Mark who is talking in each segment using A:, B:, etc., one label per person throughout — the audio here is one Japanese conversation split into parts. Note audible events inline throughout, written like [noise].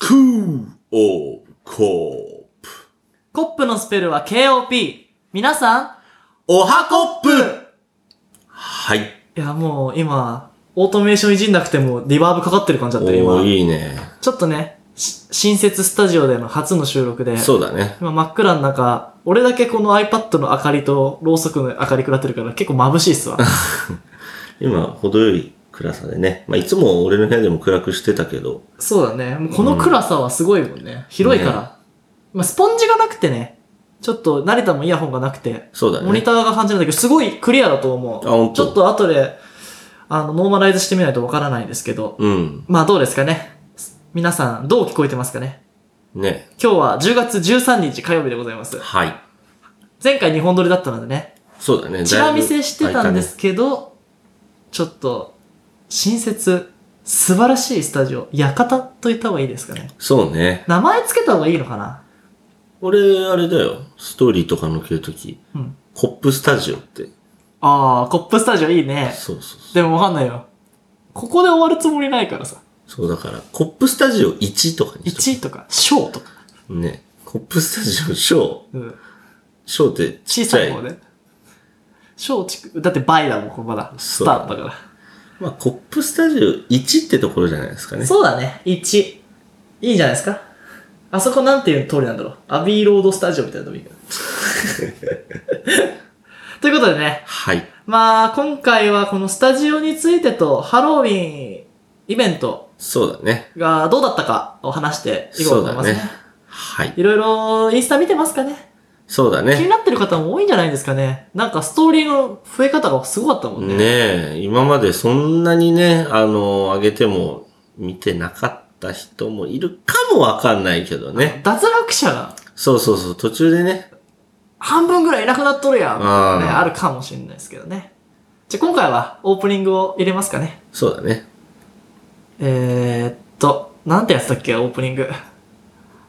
A: クーオーコープ。
B: コップのスペルは KOP。皆さん
A: おはコップはい。
B: いや、もう今、オートメーションいじんなくてもリバーブかかってる感じだ
A: お
B: ったよ、
A: ー、
B: 今。
A: いいね。
B: ちょっとね、し新設スタジオでの初の収録で、
A: そうだね。
B: 今真っ暗の中、俺だけこの iPad の明かりとろうそくの明かり食らってるから結構眩しい
A: [laughs]
B: っすわ。
A: 今、程よい暗さでね。まあ、いつも俺の部屋でも暗くしてたけど。
B: そうだね。もうこの暗さはすごいもんね。広いから。
A: ね
B: まあ、スポンジがなくてね、ちょっと慣れたもイヤホンがなくて、
A: そうだね。
B: モニターが感じるんだけど、すごいクリアだと思う。
A: あほんと
B: ちょっと後で、あの、ノーマライズしてみないとわからないですけど、
A: うん。
B: まあどうですかね。皆さん、どう聞こえてますかね。
A: ね。
B: 今日は10月13日火曜日でございます。
A: はい。前
B: 前回日本撮りだったのでね、
A: そうだね。。
B: チラ見せしてたんですすけど、ちょっと、新設、素晴らしいスタジオ、館と言った方がいいですかね。
A: そうね。
B: 名前つけた方がいいのかな
A: 俺、あれだよ。ストーリーとか載っけるとき、
B: うん。
A: コップスタジオって。
B: ああ、コップスタジオいいね。
A: そうそうそう。
B: でもわかんないよ。ここで終わるつもりないからさ。
A: そうだから、コップスタジオ1とかにしとく
B: 1とか、小とか。
A: ね。コップスタジオ小。
B: うん。
A: 小ってち
B: 小
A: っち
B: さ
A: ゃ
B: い
A: い。
B: 方で。小地区、だって倍だもん、これまだ。ス
A: そう
B: タートだか。
A: まあ、コップスタジオ1ってところじゃないですからね。
B: そうだね、1。いいじゃないですか。あそこなんていう通りなんだろう。アビーロードスタジオみたいなのもいいけど。 [laughs] ということでね、
A: はい。
B: まあ、今回はこのスタジオについてと、ハロウィンイベント
A: そうだね。
B: がどうだったかを話していこうと思います
A: そうだ
B: ね
A: ねはい。
B: いろいろインスタ見てますかね
A: そうだ
B: 気に
A: ね。
B: なってる方も多いんじゃないですかねなんかストーリーの増え方がすごかったもんね。
A: ねえ、今までそんなにね、あの、上げても見てなかった人もいるかもわかんないけどね。
B: 脱落者が
A: そうそうそう、途中でね。
B: 半分ぐらいいなくなっとるやんみたいなね、
A: うん
B: あるかもしれないですけどね。じゃあ今回はオープニングを入れますかね。
A: そうだね。
B: えー、っと、なんてやつだっけオープニング。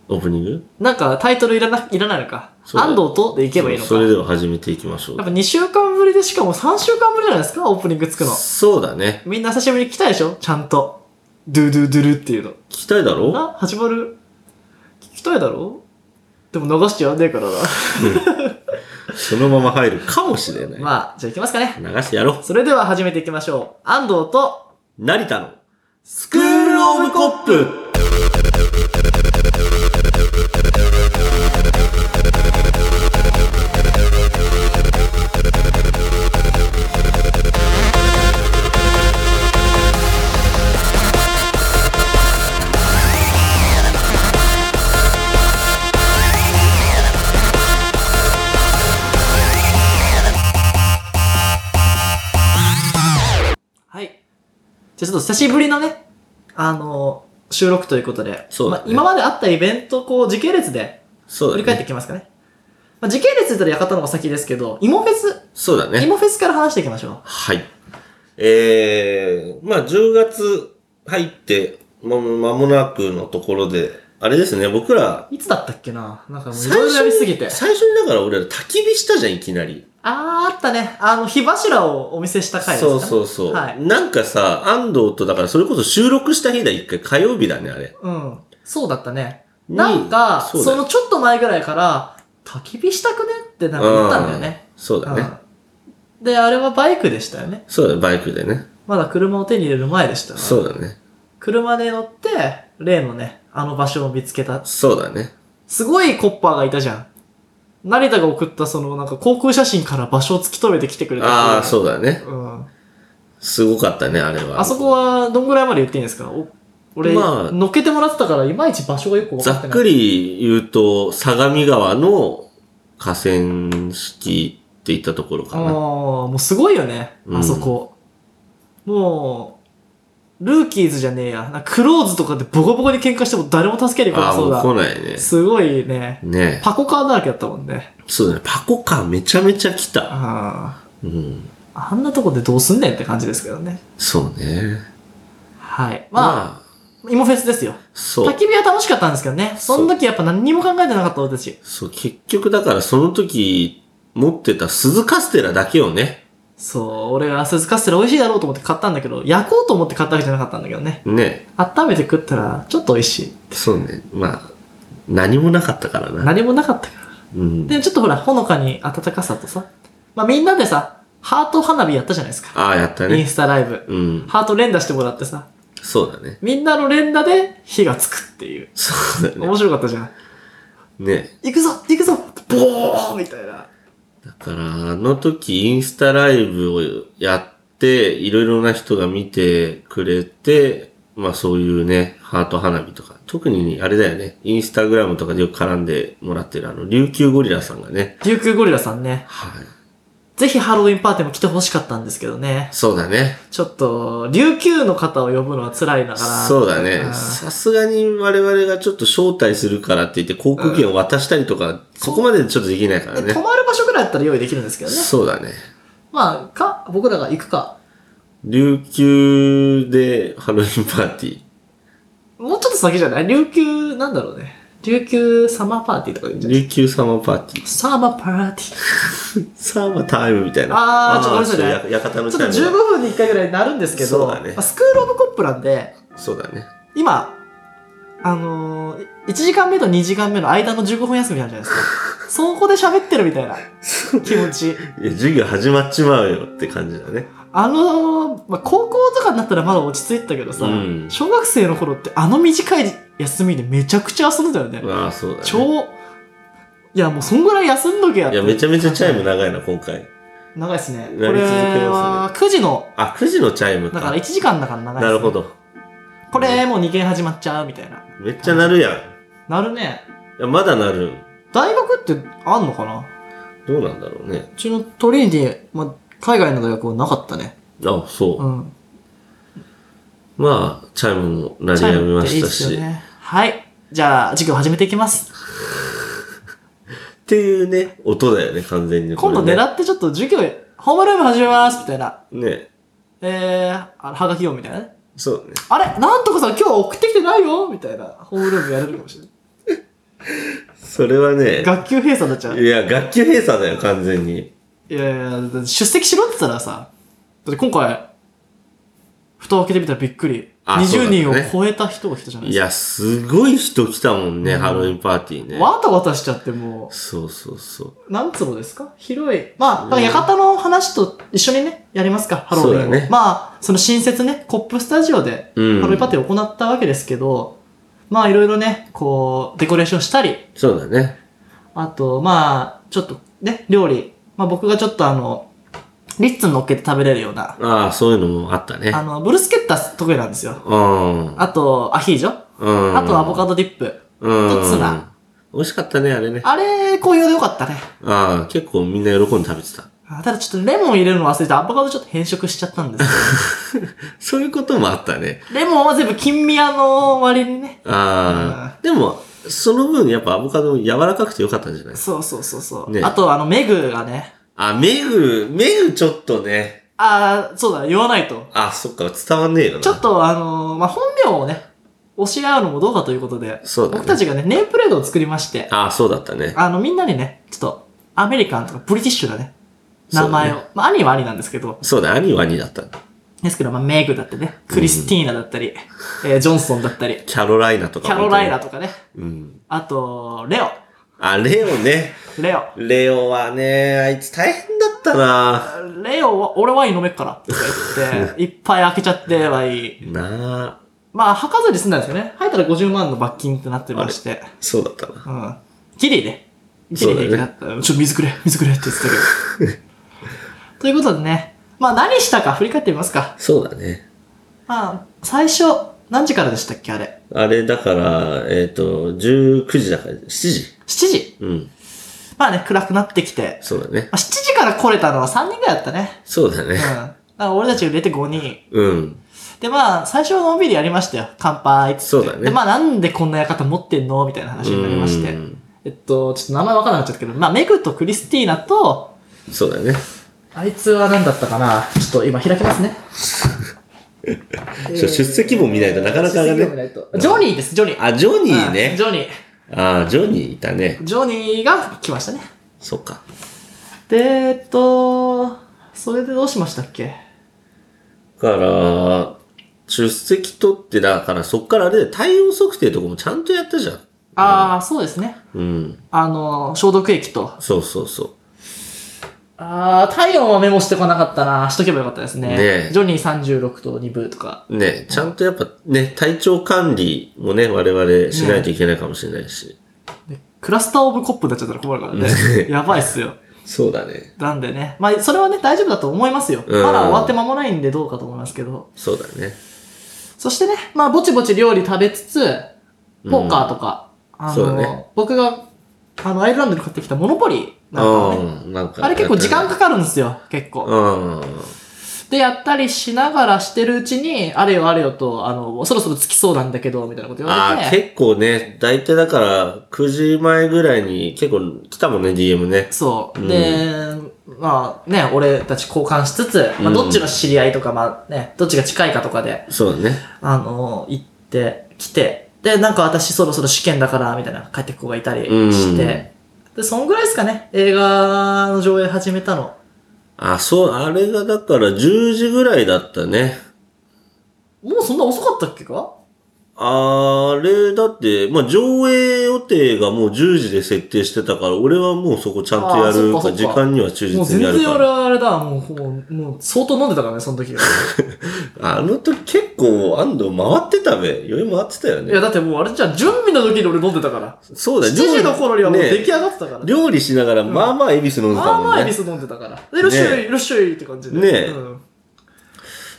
A: オープニング
B: なんかタイトルいらな、いらないのか。
A: そうだ
B: 安藤とでいけばいいのか。
A: そうそれでは始めていきましょう
B: やっ。ぱ2週間ぶりでしかも3週間ぶりじゃないですかオープニングつくの。
A: そうだね。
B: みんな久しぶりに来たでしょちゃんと。ドゥドゥドゥルっていうの。
A: 聞きたいだろ
B: な始まる。聞きたいだろでも流してやんね
A: [laughs]
B: えからな。
A: そのまま入るかもしれない。
B: まあ、じゃあ行きますかね。
A: 流してやろう。
B: それでは始めていきましょう。安藤と、
A: 成田のスクールオブコップ
B: はい。じゃあちょっと久しぶりのね、あのー収録ということで、
A: そうだね
B: まあ、今まであったイベント、こう、時系列で
A: そう
B: 振り
A: だ
B: 返ってい
A: ね。
B: きますかね。まあ、時系列で言ったら館の方が先ですけど、イモフェス、
A: そうだ
B: イ
A: ね。
B: モフェスから話していきましょう。
A: はい。えー、まあ10月入って、ま、間もなくのところで、あれですね、僕ら、
B: いつだったっけななんかもういろいろやりすぎて。
A: 最初にだから俺ら焚き火したじゃん、いきなり。
B: あーあったね。あの、火柱をお見せした回ですか
A: そうそうそう。
B: はい
A: なんかさ、安藤とだからそれこそ収録した日だ、一回火曜日だね、あれ。
B: うん。そうだったね。
A: に
B: なんか、
A: そ
B: そう
A: だよ
B: のちょっと前ぐらいから、焚き火したくねってなんか言ったんだよね。
A: うん。そうだね。
B: うんで、あれはバイクでしたよね。
A: そうだね、バイクでね。
B: まだ車を手に入れる前でしたよね
A: そうだね。
B: 車で乗って、例のね、あの場所を見つけた。
A: そうだね。
B: すごいコッパーがいたじゃん。成田が送ったその、なんか航空写真から場所を突き止めて来てくれた人
A: ああ、そうだね。
B: うん。
A: すごかったね、あれは。
B: あそこはどんぐらいまで言っていいんですかお俺、
A: まあ
B: 乗っけてもらってたから、いまいち場所がよく分か
A: ざ
B: ってない。
A: っくり言うと、相模川の河川敷っていったところか
B: ああ
A: な。
B: ー、もうすごいよね、
A: うん
B: あそこ。もう、ルーキーズじゃねえや。なんかクローズとかでボコボコに喧嘩しても誰も助けに来
A: あ
B: な
A: あ、
B: そうだ。
A: もう来ないね。
B: すごいね。
A: ねえ
B: パコカーだらけだったもんね。
A: そうだね。パコカーめちゃめちゃ来た。
B: あ
A: うん。
B: あ。あんなとこでどうすんねんって感じですけどね。
A: そうね。
B: はい。まあ、
A: あ、
B: 芋フェスですよ。
A: そ
B: 焚
A: う。
B: き火は楽しかったんですけどね。その時やっぱ何にも考えてなかった俺たち。
A: そう、結局だからその時持ってた鈴カステラだけをね、
B: そう、俺がアスズカステラ美味しいだろうと思って買ったんだけど、焼こうと思って買ったわけじゃなかったんだけどね。
A: ね
B: 温めて食ったら、ちょっと美味しい。
A: そうね。まあ、何もなかったからな。
B: 何もなかったから。
A: うん。
B: で、ちょっとほら、ほのかに温かさとさ、まあみんなでさ、ハート花火やったじゃないですか。
A: ああ、やった
B: イン
A: ね。
B: スタライブ。
A: うん。
B: ハート連打してもらってさ、
A: そうだね。
B: みんなの連打で火がつくっていう。
A: そうだね。
B: 面白かったじゃん。
A: ね。
B: 行くぞ行くぞボーンみたいな。
A: だから、あの時インスタライブをやって、いろいろな人が見てくれて、まあそういうね、ハート花火とか、特にあれだよね、インスタグラムとかでよく絡んでもらってるあの、琉球ゴリラさんがね、
B: 琉球ゴリラさんね、
A: はい。
B: ぜひハロウィンパーティーも来てほしかったんですけどね。
A: そうだね。
B: ちょっと、琉球の方を呼ぶのは辛いながら。
A: そうだね。
B: ん
A: さすがに我々がちょっと招待するからって言って航空券を渡したりとか、そこまでちょっとできないから
B: で
A: ね
B: 泊。まる場所ぐらいだったら用意できるんですけどね。
A: そうだね。
B: まあ、か、僕らが行くか。
A: 琉球でハロウィンパーティー。
B: もうちょっと先じゃない琉球、なんだろうね。琉球サマーパーティーとか言うんじゃない
A: 琉球サマーパーティー。
B: サマーパーティー。
A: サーバータイムみたいな。
B: あーちょっとごめんなさいね
A: や館の
B: ちょっと15
A: チャイム
B: 分に1回ぐらいになるんですけ
A: そう
B: ど、
A: だね
B: まあスクールオブコップなんで、
A: そうだね。
B: 今、あのー、1時間目と2時間目の間の15分休みあるじゃない
A: [laughs]
B: ですか。そこで喋ってるみたいな気持ち。
A: いや、授業始まっちまうよって感じだね。
B: あのーまあ、高校とかになったらまだ落ち着いてたけどさ、
A: うん
B: 小学生の頃ってあの短い休みでめちゃくちゃ遊んでたよね。
A: まあ、そうだね。
B: 超、いやもうそんぐらい休んどけやっ
A: い
B: て
A: や、めちゃめちゃチャイム長いな、今回。
B: 長いですね。こ
A: なり続け
B: れ
A: ますね
B: は9時の、
A: あ、9時のチャイム
B: だから
A: か
B: 1。時間だから長いです、
A: な
B: ね。
A: るほ。ど。
B: これもう2件始まっちゃうみたいな。
A: めっちゃなるやん。い
B: なるね。
A: や、まだなる。
B: 大学ってあんのかな
A: どうなんだろうね
B: う。ちのトリニティ、まあ、海外の大学はなかったね。
A: あ、そう。
B: うん。
A: まあ、チャイムも鳴りやみましたし。
B: チャイムっていいっすよね。はい。じゃあ、授業始めていきます。
A: っていうね、音だよね、完全にこ
B: 今
A: れ
B: 度
A: ね。
B: 狙ってちょっと授業、ホームルーム始めますみたいな。
A: ね。
B: えー、あはがきをみたいなね。
A: そうね。
B: あれなんとかさん今日送ってきてないよみたいな。ホームルームやれるかもしれない。
A: それはね、
B: 学級閉鎖になっちゃう。
A: いや、学級閉鎖だよ、完全に。
B: いやいや、だって出席しろって言ったらさ、だって今回、蓋を開けてみたらびっくり。
A: あそう
B: 20
A: だね
B: 人を超えた人が来たじゃない
A: い
B: ですか。
A: や、すごい人来たもんね、
B: うん
A: ハロウィンパーティーね。
B: わたわたしちゃっても
A: そうそうそう。
B: う、何坪ですか広い。まあ、だから館の話と一緒にね、やりますか、ハロウィン
A: そ
B: を。
A: うだね
B: まあ、その新設ね、コップスタジオで
A: うん。
B: ハロウィンパーティーを行ったわけですけど、まあいろいろね、こう、デコレーションしたり、
A: そうだね。
B: あと、まあ、ちょっとね、料理。まあ僕がちょっとあの、リッツに乗っけて食べれるような、
A: ああ、そういうのもあったね。
B: あの、ブルスケッタ得意なんですよ。
A: うん。
B: あと、アヒージョ、
A: うん。
B: あとアボカドディップ。
A: うん。
B: とツナ。
A: 美味しかったね、あれね。あ
B: あれ、好評でよかったね。
A: あ、結構みんな喜んで食べてた。
B: あただちょっとレモン入れるの忘れて、アボカドちょっと変色しちゃったんです
A: そういうこともあったね。
B: けどレモンは全部金宮の割にね。
A: ああ。でも、その分やっぱアボカドも柔らかくてよかったんじゃない
B: そうそうそうそう。
A: ね
B: あと、あの、メグがね。
A: あ、メグ、メグちょっとね。
B: ああ、そうだ、言わないと。
A: あ、そっか、伝わんねえよな。
B: ちょっとあのーまあ、本名をね、教え合うのもどうかということで、
A: そうだね
B: 僕たちがね、ネームプレートを作りまして、
A: ああ、そうだったね。
B: あの、みんなにね、ちょっと、アメリカンとかブリティッシュなね、名前を、
A: そう
B: まあ、兄は兄なんですけど、
A: そうだ、兄は兄だった。
B: ですけど、まあ、メグだってね、クリスティーナだったり、えージョンソンだったり、
A: キャロライナとか。
B: キャロライナ。とかね、
A: うん。
B: あと、レオ、
A: あ、レオね。
B: レオ、
A: レオはね、あいつ大変だったな
B: レオは、俺ワイン飲めっから、とか言
A: [laughs]
B: って、いっぱい開けちゃってはいい。
A: なあ、
B: まあ、吐かずに済んだんですよね。吐いたら50万の罰金ってなってまして。
A: そうだったな。
B: うん。ギリね。ギ
A: そうだ
B: リで
A: ね
B: なった。ちょっと水くれ、水くれって言ってたけど。
A: [laughs]
B: ということでね、まあ何したか振り返ってみますか。
A: そうだね。
B: まあ、最初、何時からでしたっけあれ。
A: あれ、だから、えっ、と、19時だから、7時。
B: 7時。
A: うん。
B: まあね、暗くなってきて。
A: そうだね。
B: まあ、7時から来れたのは3人ぐらいだったね。
A: そうだ
B: うん。だ
A: ね。
B: から俺たち入れて5人。
A: うん。
B: で、まあ、最初はのんびりやりましたよ。乾杯っつって。
A: そうだね
B: で、まあ、なんでこんな館持ってんのみたいな話になりまして
A: う。ん
B: えっと、ちょっと名前わからなくなっちゃったけど、まあ、メグとクリスティーナと、
A: そうだね。
B: あいつは何だったかなちょっと今開きますね。
A: [laughs] そう出席簿見ないとなかなかね
B: 出席簿見ないとジョニーです、ジョニー。
A: あ、ジョニー
B: うん
A: ね
B: ジ。ョニー。
A: あージョニーいたね。
B: ジョニーが来ましたね。
A: そっか。
B: で、えっと、それでどうしましたっけ
A: から、出席取って、だからそっからあれで体温測定とかもちゃんとやったじゃん。
B: ああ、そうですね。
A: うん。
B: あの、消毒液と。
A: そうそうそ
B: ああ、体温はメモしてこなかったな。しとけばよかったですね。
A: ねえ
B: ジョニー36と2部とか。
A: う。ね、ちゃんとやっぱね、体調管理もね、我々しないといけないかもしれないし。
B: クラスターオブコップになっちゃったら困るからね。やばいっすよ。
A: そうだね。
B: なんでね。まあ、それはね、大丈夫だと思いますよ。
A: うん
B: まだ終わって間もないんでどうかと思いますけど。
A: そうだね。
B: そしてね、まあ、ぼちぼち料理食べつつ、ポーカーとか、あ
A: そうだ
B: の、
A: ね
B: 僕が、あの、アイルランドで買ってきたモノポリーなんかをね、
A: うん。なんか。
B: あれ結構時間かかるんですよ、結構。
A: うん。
B: で、やったりしながらしてるうちに、あれよあれよと、あの、そろそろ着きそうなんだけど、みたいなこと言わ
A: あ
B: れ
A: あ、
B: て、
A: 結構ね、だいたいだから、9時前ぐらいに結構来たもんね、DM ね。
B: そう。
A: うん
B: で、まあね、俺たち交換しつつ、ま
A: う
B: あ
A: ん
B: どっちの知り合いとか、まあね、どっちが近いかとかで、
A: そうだね。
B: あの、行って、来て、で、なんか私そろそろ試験だから、みたいな帰ってく子がいたりして、で、そんぐらいですかね、映画の上映始めたの。
A: あ、そう、あれがだから10時ぐらいだったね。
B: もうそんな遅かったっけか
A: あれ、だって、まあ、上映予定がもう10時で設定してたから、俺はもうそこちゃんとや
B: あー
A: る
B: そっか
A: か
B: そっか
A: 時間には忠
B: も
A: 実
B: う全
A: にやる
B: 然
A: か
B: 俺
A: ら。
B: はあれだ、もうほぼ、もう相当飲んでたからね、その
A: [laughs]
B: 時は。
A: あの時結構、安藤回ってたべ。余裕回ってたよ
B: いや、
A: ね。
B: だってもうあれじゃん、準備の時に俺飲んでたから。
A: そうだ、
B: 7時の頃にはもう
A: ね
B: 出来上がってたから。
A: 料理しながら、まあまあ、恵比寿飲んで
B: ま
A: た
B: あ
A: も
B: ま
A: ん
B: あ
A: ね。
B: エビス飲んでたから。で、いらっしゃい、いらっしゃいって感じで。
A: ねえ
B: うん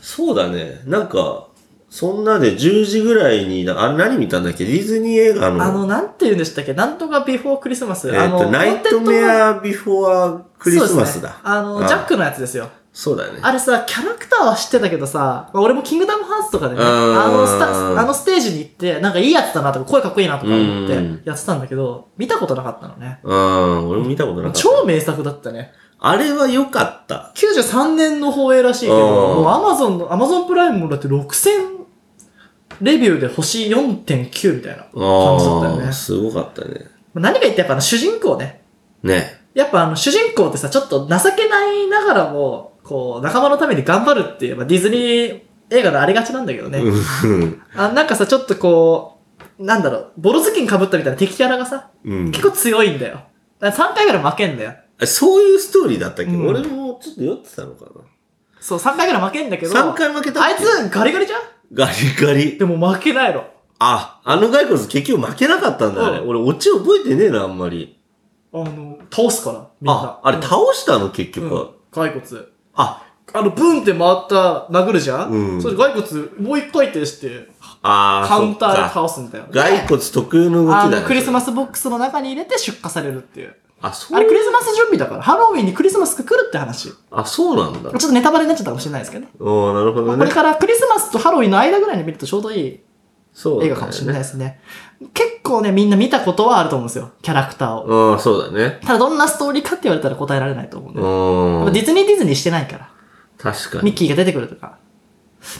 A: そうだね。なんか、そんなで10時ぐらいに、あれ何見たんだっけディズニー映画の、
B: あの、なんて言うんでしたっけなんとかビフォークリスマス。
A: えっ、
B: あ
A: と、
B: の、
A: ナイトメ
B: コンテンツの
A: アビフォアクリスマス
B: そうですね
A: だ。
B: あの、
A: あ
B: ジャックのやつですよ。
A: そうだね。
B: あれさ、キャラクターは知ってたけどさ、まあ俺もキングダムハーツとかでね、
A: うん
B: あのスタ、あのステージに行って、なんかいいやつだなとか、声かっこいいなとか思ってやってたんだけど、見たことなかったのね。
A: うん、俺も見たことなかった。
B: 超名作だったね。
A: あれは良かった。
B: 93年の放映らしいけど、
A: うん
B: もうアマゾンの、アマゾンプライムもだって6000レビューで星4.9みたいな感じだったよね
A: ああ、。すごかったね。
B: まあ何が言ってやっぱあの主人公ね。
A: ね。
B: やっぱあの主人公ってさ、ちょっと情けないながらも、こう、仲間のために頑張るっていう、まあ、ディズニー映画のありがちなんだけどね。
A: うん
B: あなんかさ、ちょっとこう、なんだろう、ボロズキン被ったみたいな敵キャラがさ、
A: うん。
B: 結構強いんだよ。だから3回ぐらい負けんだよ。
A: あそういうストーリーだったっけ、
B: うん
A: 俺もちょっと酔ってたのか
B: そう、3回ぐらい負けんだけ
A: な。
B: ど、
A: 3回負けたっ
B: あ
A: け
B: いつガリガリじゃん
A: ガリガリ。
B: でも負けないの。
A: あ、あの骸骨結局負けなかったんだね。
B: う
A: 俺、オチ覚えてねえな、あんまり。
B: あの、倒すから、みん
A: あ。、
B: な
A: あれ倒したの、結
B: うん
A: 局。
B: うん骸骨。
A: あ、
B: あの、ブンって回った、殴るじゃん
A: うん
B: それ骸骨、もう一回転して、
A: あー
B: カウンターで
A: そっか
B: 倒すんだよ。
A: 骸骨特有の動き
B: あ
A: だ
B: の、
A: ね。
B: クリスマ
A: ス。
B: スボックスの中に入れて出荷されるっていう。
A: あ、そ
B: あれ
A: う
B: ク。リスマス準備だから、ハロウィンにクリスマスが来るって話。ちょ
A: あ、そうなんだ
B: っ。とネタバレになっちゃったかもしれないですけどね。
A: おー、なるほど
B: これ
A: ね。
B: からクリスマスとハロウィンの間ぐらいに見るとちょうどいい
A: そうだ
B: 映
A: ね
B: 画かもしれないですね。結構ね、みんな見たことはあると思うんですよ。キャラクターを。
A: うん、そうだね。
B: ただどんなストーリーかって言われたら答えられないと思うんで。やっ
A: う
B: ぱデ
A: ん。
B: ィズニーディズニーしてないから。
A: 確か
B: ミッ
A: に。
B: キーが出てくるとか。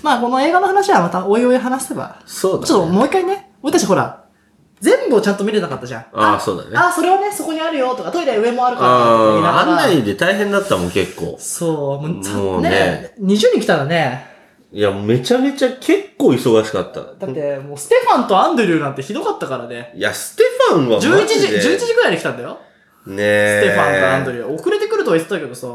B: まあ、この映画の話はまたおいおい話せば。
A: そうだね。
B: ちょっともう一回ね、俺たちほら、全部をちゃんと見れなかったじゃん。
A: ああ、そうだね。
B: あ、それはね、そこにあるよとか、トイレ上もあるからとか言いな
A: ああ、
B: が
A: 案
B: ら。
A: 内で大変だったもん、結構。
B: そう、もうさ
A: もうね
B: ね、20人来たらね、
A: いや、めちゃめちゃ結構忙しかった。
B: だってもうステファンとアンドリューなんてひどかったからね。
A: いや、ステファンはマジで
B: 11時、11時ぐらいに来たんだよ。
A: ねえ。
B: ステファンとアンドリュー。遅れてくるとは言ってたけどさ。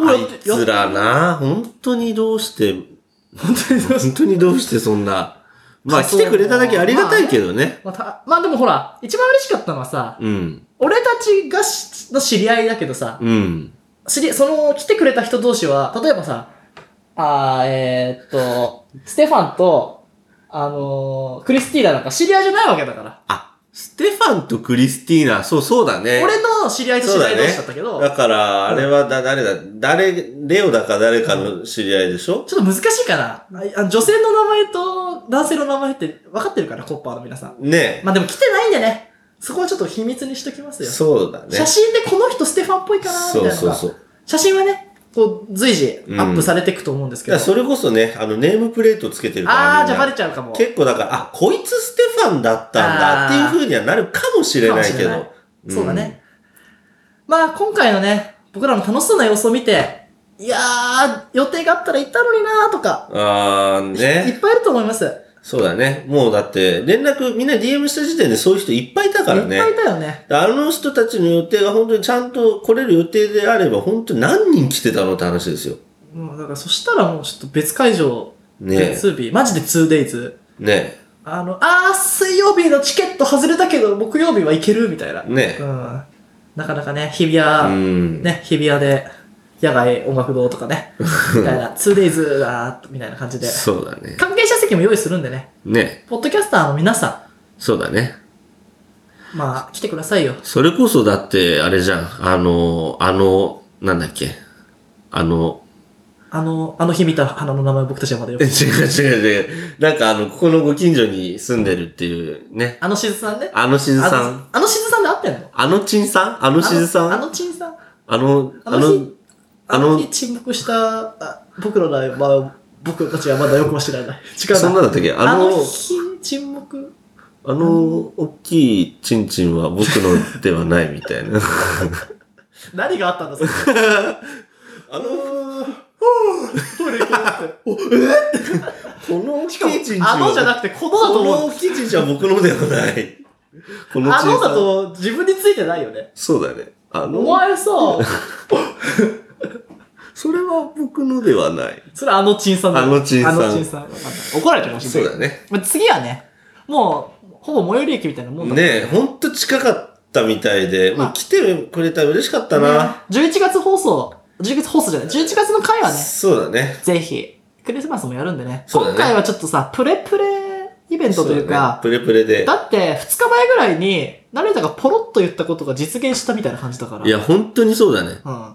A: あいつらな、本当にどうして、
B: [laughs] 本当にそう
A: 本当にどうしてそんな。まあ、来てくれただけありがたいけどね。
B: まあたまあでもほら、一番嬉しかったのはさ、
A: うん。
B: 俺たちがしの知り合いだけどさ、
A: うん。
B: 知り、その来てくれた人同士は、例えばさ、あー、えー、っと、ステファンと、あのークリスティーナなんか知り合いじゃないわけだから。
A: あ、ステファンとクリスティーナ、そうそうだね。
B: 俺の知り合いと知り合い同士だったけど、
A: だから、あれはだ、誰だ、誰、レオだか誰かの知り合いでしょ
B: ちょっと難しいかなああの女性の名前と男性の名前って分かってるかなコッパーの皆さん。
A: ね
B: まあでも来てないんでね、そこはちょっと秘密にしときます
A: え。
B: よ。
A: そうだね。
B: 写真でこの人ステファンっぽいかなみたい
A: そう
B: なの
A: そう
B: が
A: そう。
B: 写真はね、こう随時アップされていくと思うんです
A: い
B: けど。
A: や、それこそね、あの、ネームプレートつけてるから。
B: あー、
A: み
B: じ
A: ん
B: ゃあ
A: な
B: バレちゃうかも。
A: 結構だから、あ、こいつステファンだったんだ
B: あ
A: っていう
B: ー
A: 風にはなるかもしれないけ
B: かも
A: ど。
B: そうだね。まあ今回のね、僕らの楽しそうな様子を見て、いやー、予定があったら行ったのになーとか、
A: あー
B: い
A: ね。
B: っぱいいると思います。
A: そうだね。もうだって、連絡、みんな DM した時点でそういう人いっぱいいたから
B: い
A: ね
B: っぱ。いいたよね。
A: あの人たちの予定が本当にちゃんと来れる予定であれば、本当に何人来てたのって話ですよ。
B: もうだからそしたらもうちょっと別会場、
A: ね
B: 月曜日、マジで 2days。
A: え。ね
B: あの、あー、水曜日のチケット外れたけど、木曜日は行けるみたいな。
A: え。ね
B: う
A: え。
B: ん。なかなかね、日比
A: う
B: 谷、
A: ん。
B: ね、日比谷で、野外音楽堂と
A: [laughs]
B: かね、みたいな、2days だーみたいな感じで。
A: そうだね。
B: 関係者席も用意するんでね、
A: ねえ。
B: ポッドキャスターの皆さ
A: そうだね。
B: ん、まあ、来てくださいよ。
A: それこそだって、あれじゃん。あの、あの、なんだっけ。あの、 [laughs]
B: あの、あの日見た花の名前僕たちはまだよ
A: え
B: く。
A: 違う違う違う。なんかあの、ここのご近所に住んでるっていうね。
B: あのしずさんね。
A: あのしず
B: あ
A: さ
B: の
A: ん。
B: あのしずさんで合ってんの
A: あのちんさんあのしずさ
B: あのあ
A: ん
B: のちんさん。
A: あの、
B: あ
A: あ
B: の
A: の
B: 日、、あ
A: あ
B: の
A: の
B: 日沈黙した、あ僕らは、まあ、僕たちはまだよくも知らない。違
A: [laughs]
B: う
A: そんなだったっけ
B: あ
A: あ
B: の
A: の、
B: 日沈黙。
A: あの、大きいちんちんは僕のではないみたいな。
B: 何があったんですか
A: あの、
B: トイレ行こうって。
A: この大
B: しかも、あのじゃなくて、このだと
A: この
B: 思う。
A: 大きいちんちんは僕のではない。この
B: あ
A: ちん
B: の
A: さ
B: だ
A: ん。
B: と自分についてないよね。
A: そうだね。あ
B: お
A: の、
B: 前さ、
A: それは僕のではない。
B: それあのちんさんだよ
A: あのちんさん
B: あのちんさん。わかんない怒られてるかもし
A: そ
B: れ
A: う
B: な
A: だ
B: い
A: ね。
B: まあ。次はね、もう、ほぼ最寄り駅みたいなもんだもん
A: ねえ、ほんと近かったみたいで、もう来てくれたら嬉しかったな。
B: ね11月放送、11月放送じゃない、11月の回はね、
A: そうだね。
B: ぜひ、クリスマスもやるんでね。
A: そうだね
B: 今回はちょっとさ、プレプレイベントというか、
A: そうだねプレプレで。
B: だって2日前ぐらいに、誰だかポロッと言ったことが実現したみたいな感じだから。
A: いや、本当にそうだね。
B: うん。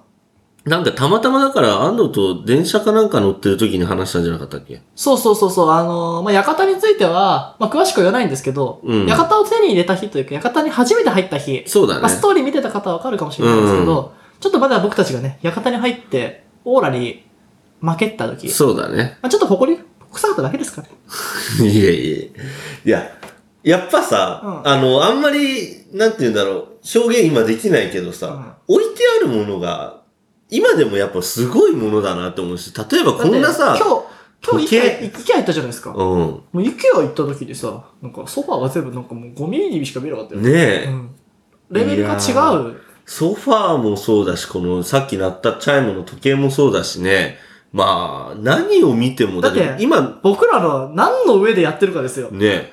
A: なんかたまたまだから安藤と電車かなんか乗ってる時に話したんじゃなかったっけ
B: そうそうそうそう、あのーまあ、館については、まあ、詳しくは言わないんですけど、
A: うん
B: 館を手に入れた日というか、館に初めて入った日、
A: そうだ
B: まあ、ス
A: ね。
B: トーリー見てた方はわかるかもしれないんですけど、ちょっとまだ僕たちがね、館に入って、オーラに負けた時、
A: そうだね。 [laughs]
B: まあ、ちょっと誇り、臭かっただけですかね。
A: いやいやいや、やっぱさ、
B: うん
A: あの、あんまり、なんて言うんだろう、表現今できないけどさ、置いてあるものが、今でもやっぱすごいものだなって思うし、例えばこんな
B: だっ
A: さ
B: て、今日、今日
A: 時計
B: 行き行ったじゃないですか。
A: うん。
B: もう IKEA 行った時にさ、なんかソファーが全部なんかもうゴミにしか見えなかったよね。
A: ねえ、
B: うん。レベルが違
A: いや
B: う。
A: ソファーもそうだし、このさっき鳴ったチャイムの時計もそうだしね、まあ、何を見ても、だっ
B: だってて
A: 今、
B: 僕らの何の上でやってるかですよ。
A: ね、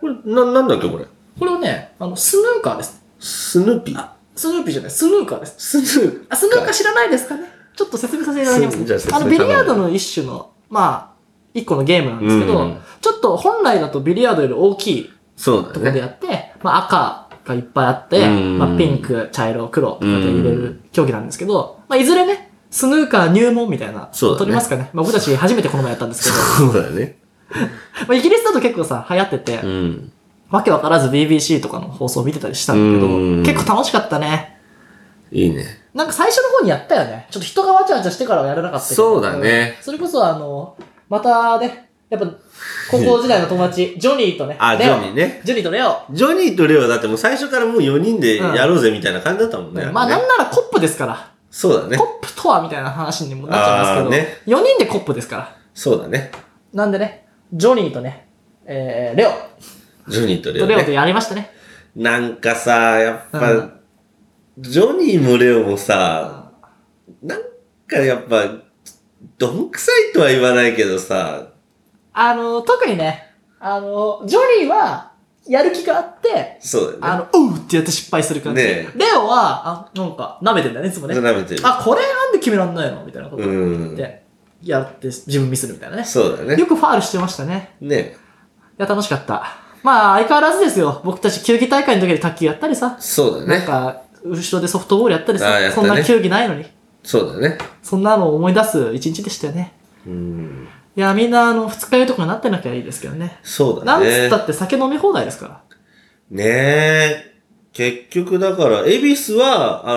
A: これ、な、なんだっけこれ。
B: これをね、あの、スヌーカーです。
A: スヌーピー。
B: あ、スヌーピーじゃない、スヌーカーです。
A: スヌー
B: あ、スヌーカー知らないですかねちょっと説明させていただきます、
A: スじゃあ説明
B: あの、ビリヤードの一種の、まあ、一個のゲームなんですけど、
A: うん
B: ちょっと本来だとビリヤードより大きい
A: そう
B: とこ
A: だ
B: ろ
A: ね。
B: でやって、まあ赤がいっぱいあって、
A: うん
B: まあピンク、茶色、黒とかで入れる競技なんですけど、まあいずれね、スヌーカー入門みたいな、
A: そうだね
B: 取りますかね。まあ僕たち初めてこの前やったんですけ
A: そうだね。
B: ど、まあイギリスだと結構さ、流行ってて、
A: うん。
B: わけわからず BBC とかの放送を見てたりしたんだけど、
A: うん
B: 結構楽しかったね。
A: いいね。
B: なんか最初の方にやったよね。ちょっと人がわちゃわちゃしてからはやらなかったけど。
A: そうだね
B: うんそれこそあの、またね、やっぱ高校時代の
A: [laughs]
B: 友達、ジョニーとね、
A: あ、ジ
B: レオ
A: ョニーね。
B: ジョニーとレオ。
A: ジョニーとレオはだってもう最初からもう4人でやろうぜみたいな感じだったもんね。
B: まあ
A: れ
B: な
A: ね
B: んならコップですから。
A: そうだね
B: コ。ップとはみたいな話にもなっちゃいますけど、4人でコップですから。
A: そうだね。
B: なんでね、ジョニーとね、えー、レオ
A: ジョニーとレ
B: と
A: オ
B: レオと
A: ね。
B: やりましたね。
A: なんかさ、やっ
B: う
A: ぱ
B: ん、
A: ジョニーもレオもさ、
B: あ
A: なんかやっぱ、どんくさいとは言わないけどさ、
B: の、特にね、あの、ジョニーは、やる気があって、
A: そうだ
B: あ
A: よね。
B: の、うーってやって失敗する感じ。
A: ねえ
B: レオは、あ、なんか、舐めてんだね、いつもね。
A: 舐めてる。
B: あ、これなんで決めらんないのみたいなこと
A: う
B: 言っ
A: ん。
B: て、やって、自分ミスるみたいなね。
A: そうだね
B: よ。くファールしてましたね。
A: ね。
B: いや、楽しかった。まあ、相変わらずですよ。僕たち球技大会の時に卓球やったりさ。
A: そうだ
B: なん
A: ね。
B: か、後ろでソフトボールやったり
A: あ
B: さ、
A: ーやった
B: そ
A: ね
B: んな球技ないのに。
A: そうだね。
B: そんなのを思い出す一日でしたよね。
A: うん。
B: いや、みんな、あの、二日酔いとかになってなきゃいいですけどね。
A: そうだ
B: なんつ
A: ね
B: った。って酒飲み放題ですから。
A: ねえ。結局だから、恵比寿は、あ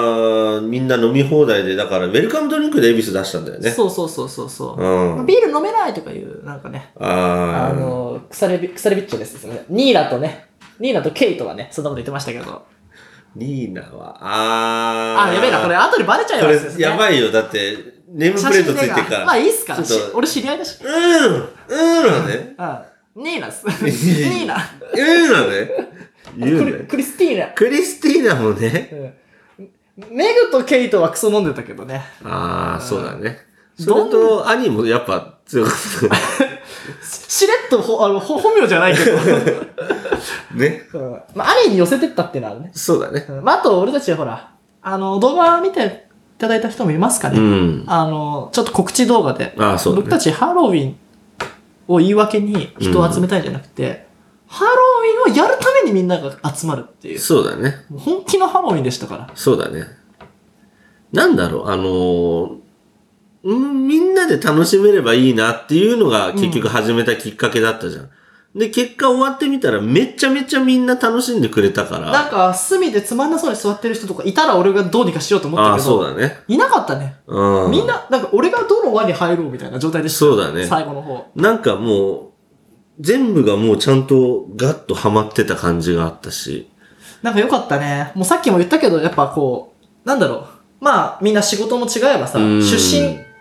A: ーみんな飲み放題で、だから、ウェルカムドリンクで恵比寿出したんだよね。
B: そうそうそうそうそうう。
A: ん。
B: ビール飲めないとかいう、なんかね、あ
A: あー
B: の、腐れび、腐れびっちょですよね。ニーラとね、ニーラとケイトはね、そんなこと言ってましたけど。
A: ニーナは、あー
B: あ、やべえな、これ後でバレちゃい
A: こ
B: ま
A: れ
B: すね。
A: やばいよ。だって、ネームプレートついてるから。
B: まあいいっすから。
A: ちょっと
B: し俺知り合いだし。
A: うんうんなんね。
B: うん。ニー
A: [laughs]
B: ナっす。ニーナ。
A: うんなんね。言う
B: クリ
A: ね。
B: クリスティーナ。
A: クリスティーナもね。
B: うん。メグとケイトはクソ飲んでたけどね。
A: ああ、そうだね。そ
B: ど
A: れ
B: ん
A: と、兄もやっぱ強かった
B: しれっとほ、あの、ほ本名じゃない
A: [laughs]
B: けど。 [laughs]
A: ね。
B: うん。まあ、アリーに寄せてったっていうのはあるね。
A: そうだね。
B: うん。まあ、あと俺たちはほら、あの、動画見ていただいた人もいますかね。
A: うん。
B: あの、ちょっと告知動画で。
A: ああ、そう
B: 僕
A: だ
B: た
A: ね。
B: ちハロウィンを言い訳に人を集めたいんじゃなくて、ハロウィンをやるためにみんなが集まるっていう。
A: そうだね。
B: もう本気のハロウィンでしたから。
A: そうだね。なんだろう、あのーんみんなで楽しめればいいなっていうのが結局始めたきっかけだったじゃん。で、結果終わってみたらめちゃめちゃみんな楽しんでくれたから。
B: なんか、隅でつまんなそうに座ってる人とかいたら俺がどうにかしようと思っ
A: あ
B: た
A: あ、
B: け
A: そう
B: ど、
A: だね。
B: いなかったね。
A: うん。
B: みんな、なんか俺がどの輪に入ろうみたいな状態でしたよ。
A: そうだね
B: 最後の方。
A: なんかもう、全部がもうちゃんとガッとハマってた感じがあったし。
B: なんか良かったね。もうさっきも言ったけど、やっぱこう、なんだろう。まあ、みんな仕事も違えばさ、
A: う
B: 出
A: ん
B: 身、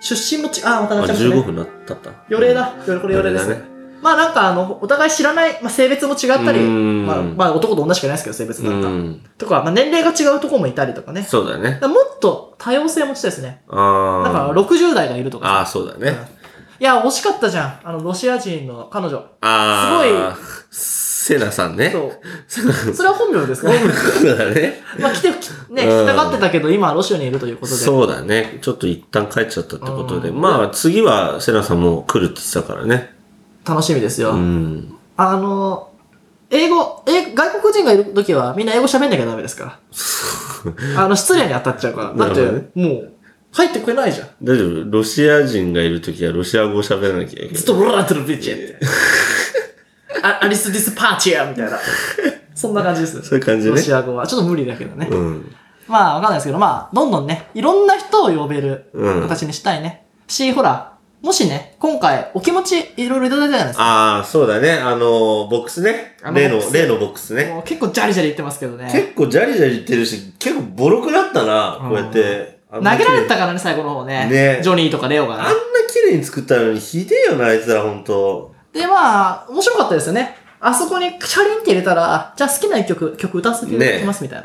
B: 出身もち、あ、また
A: あ、
B: なっちゃった、ね。
A: 15分なったった。
B: よれいだ。よれこれよれです
A: よれ
B: ね
A: だ。
B: まあなんかあの、お互い知らない、まあ、性別も違ったり、
A: うん
B: まあ、まあ男と女しかいないですけど、性別
A: う
B: なんか。
A: ん。
B: とか、まあ年齢が違うとこもいたりとかね。
A: そうだね
B: だ。からもっと多様性持ちたいですね。
A: ああ。
B: だから60代がいるとか
A: あ
B: さ。
A: あ、そうだね。
B: いや、惜しかったじゃん。あの、ロシア人の彼女。
A: ああ。すごい。セナさんね。 [laughs]
B: そう。それは本名ですかね。
A: そうだね。
B: まあ来て、きね、
A: うん
B: 来たがってたけど、今はロシアにいるということで。
A: そうだね。ちょっと一旦帰っちゃったってことで。
B: うん
A: まあ、次はセナさんも来るって言ってたからね。
B: 楽しみですよ。
A: うん。
B: あの、英語、え、外国人がいるときはみんな英語喋んなきゃダメです
A: [laughs]
B: から。あの、失礼に当たっちゃうから。だっ
A: なるほどね
B: て、もう、入ってくれないじゃん。
A: 大丈夫ロシア人がいるときはロシア語を喋らなきゃいけな
B: ずっ
A: い。
B: とブラートルビッチって。あアリス・ディス・パーチェアみたいな。そんな感じです。
A: そういう感じね
B: ロシア語は。ちょっと無理だけどね。
A: うん。
B: まあ、わかんないですけど、まあ、どんどんね、いろんな人を呼べる
A: うん
B: 形にしたいね。し、ほら、もしね、今回、お気持ちいろいろいただいたじゃないですか。
A: ああ、そうだね。あのー、ボックスね
B: あ。の
A: 例
B: ボック
A: の、
B: ス
A: 例のボックスね。
B: もう結構ジャリジャリ言ってますけどね。
A: 結構ジャリジャリ言ってるし、結構ボロくなったな、こうやって。
B: 投げられ
A: た
B: たからね、最後の方ね。
A: ね
B: ジョニーとかレオがね
A: あんな綺麗に作ったのにひでえよな、あいつらほんと。
B: で、まあ、面白かったですよね。あそこにチャリンって入れたら、じゃあ好きな一曲、曲歌わせていただきますみたい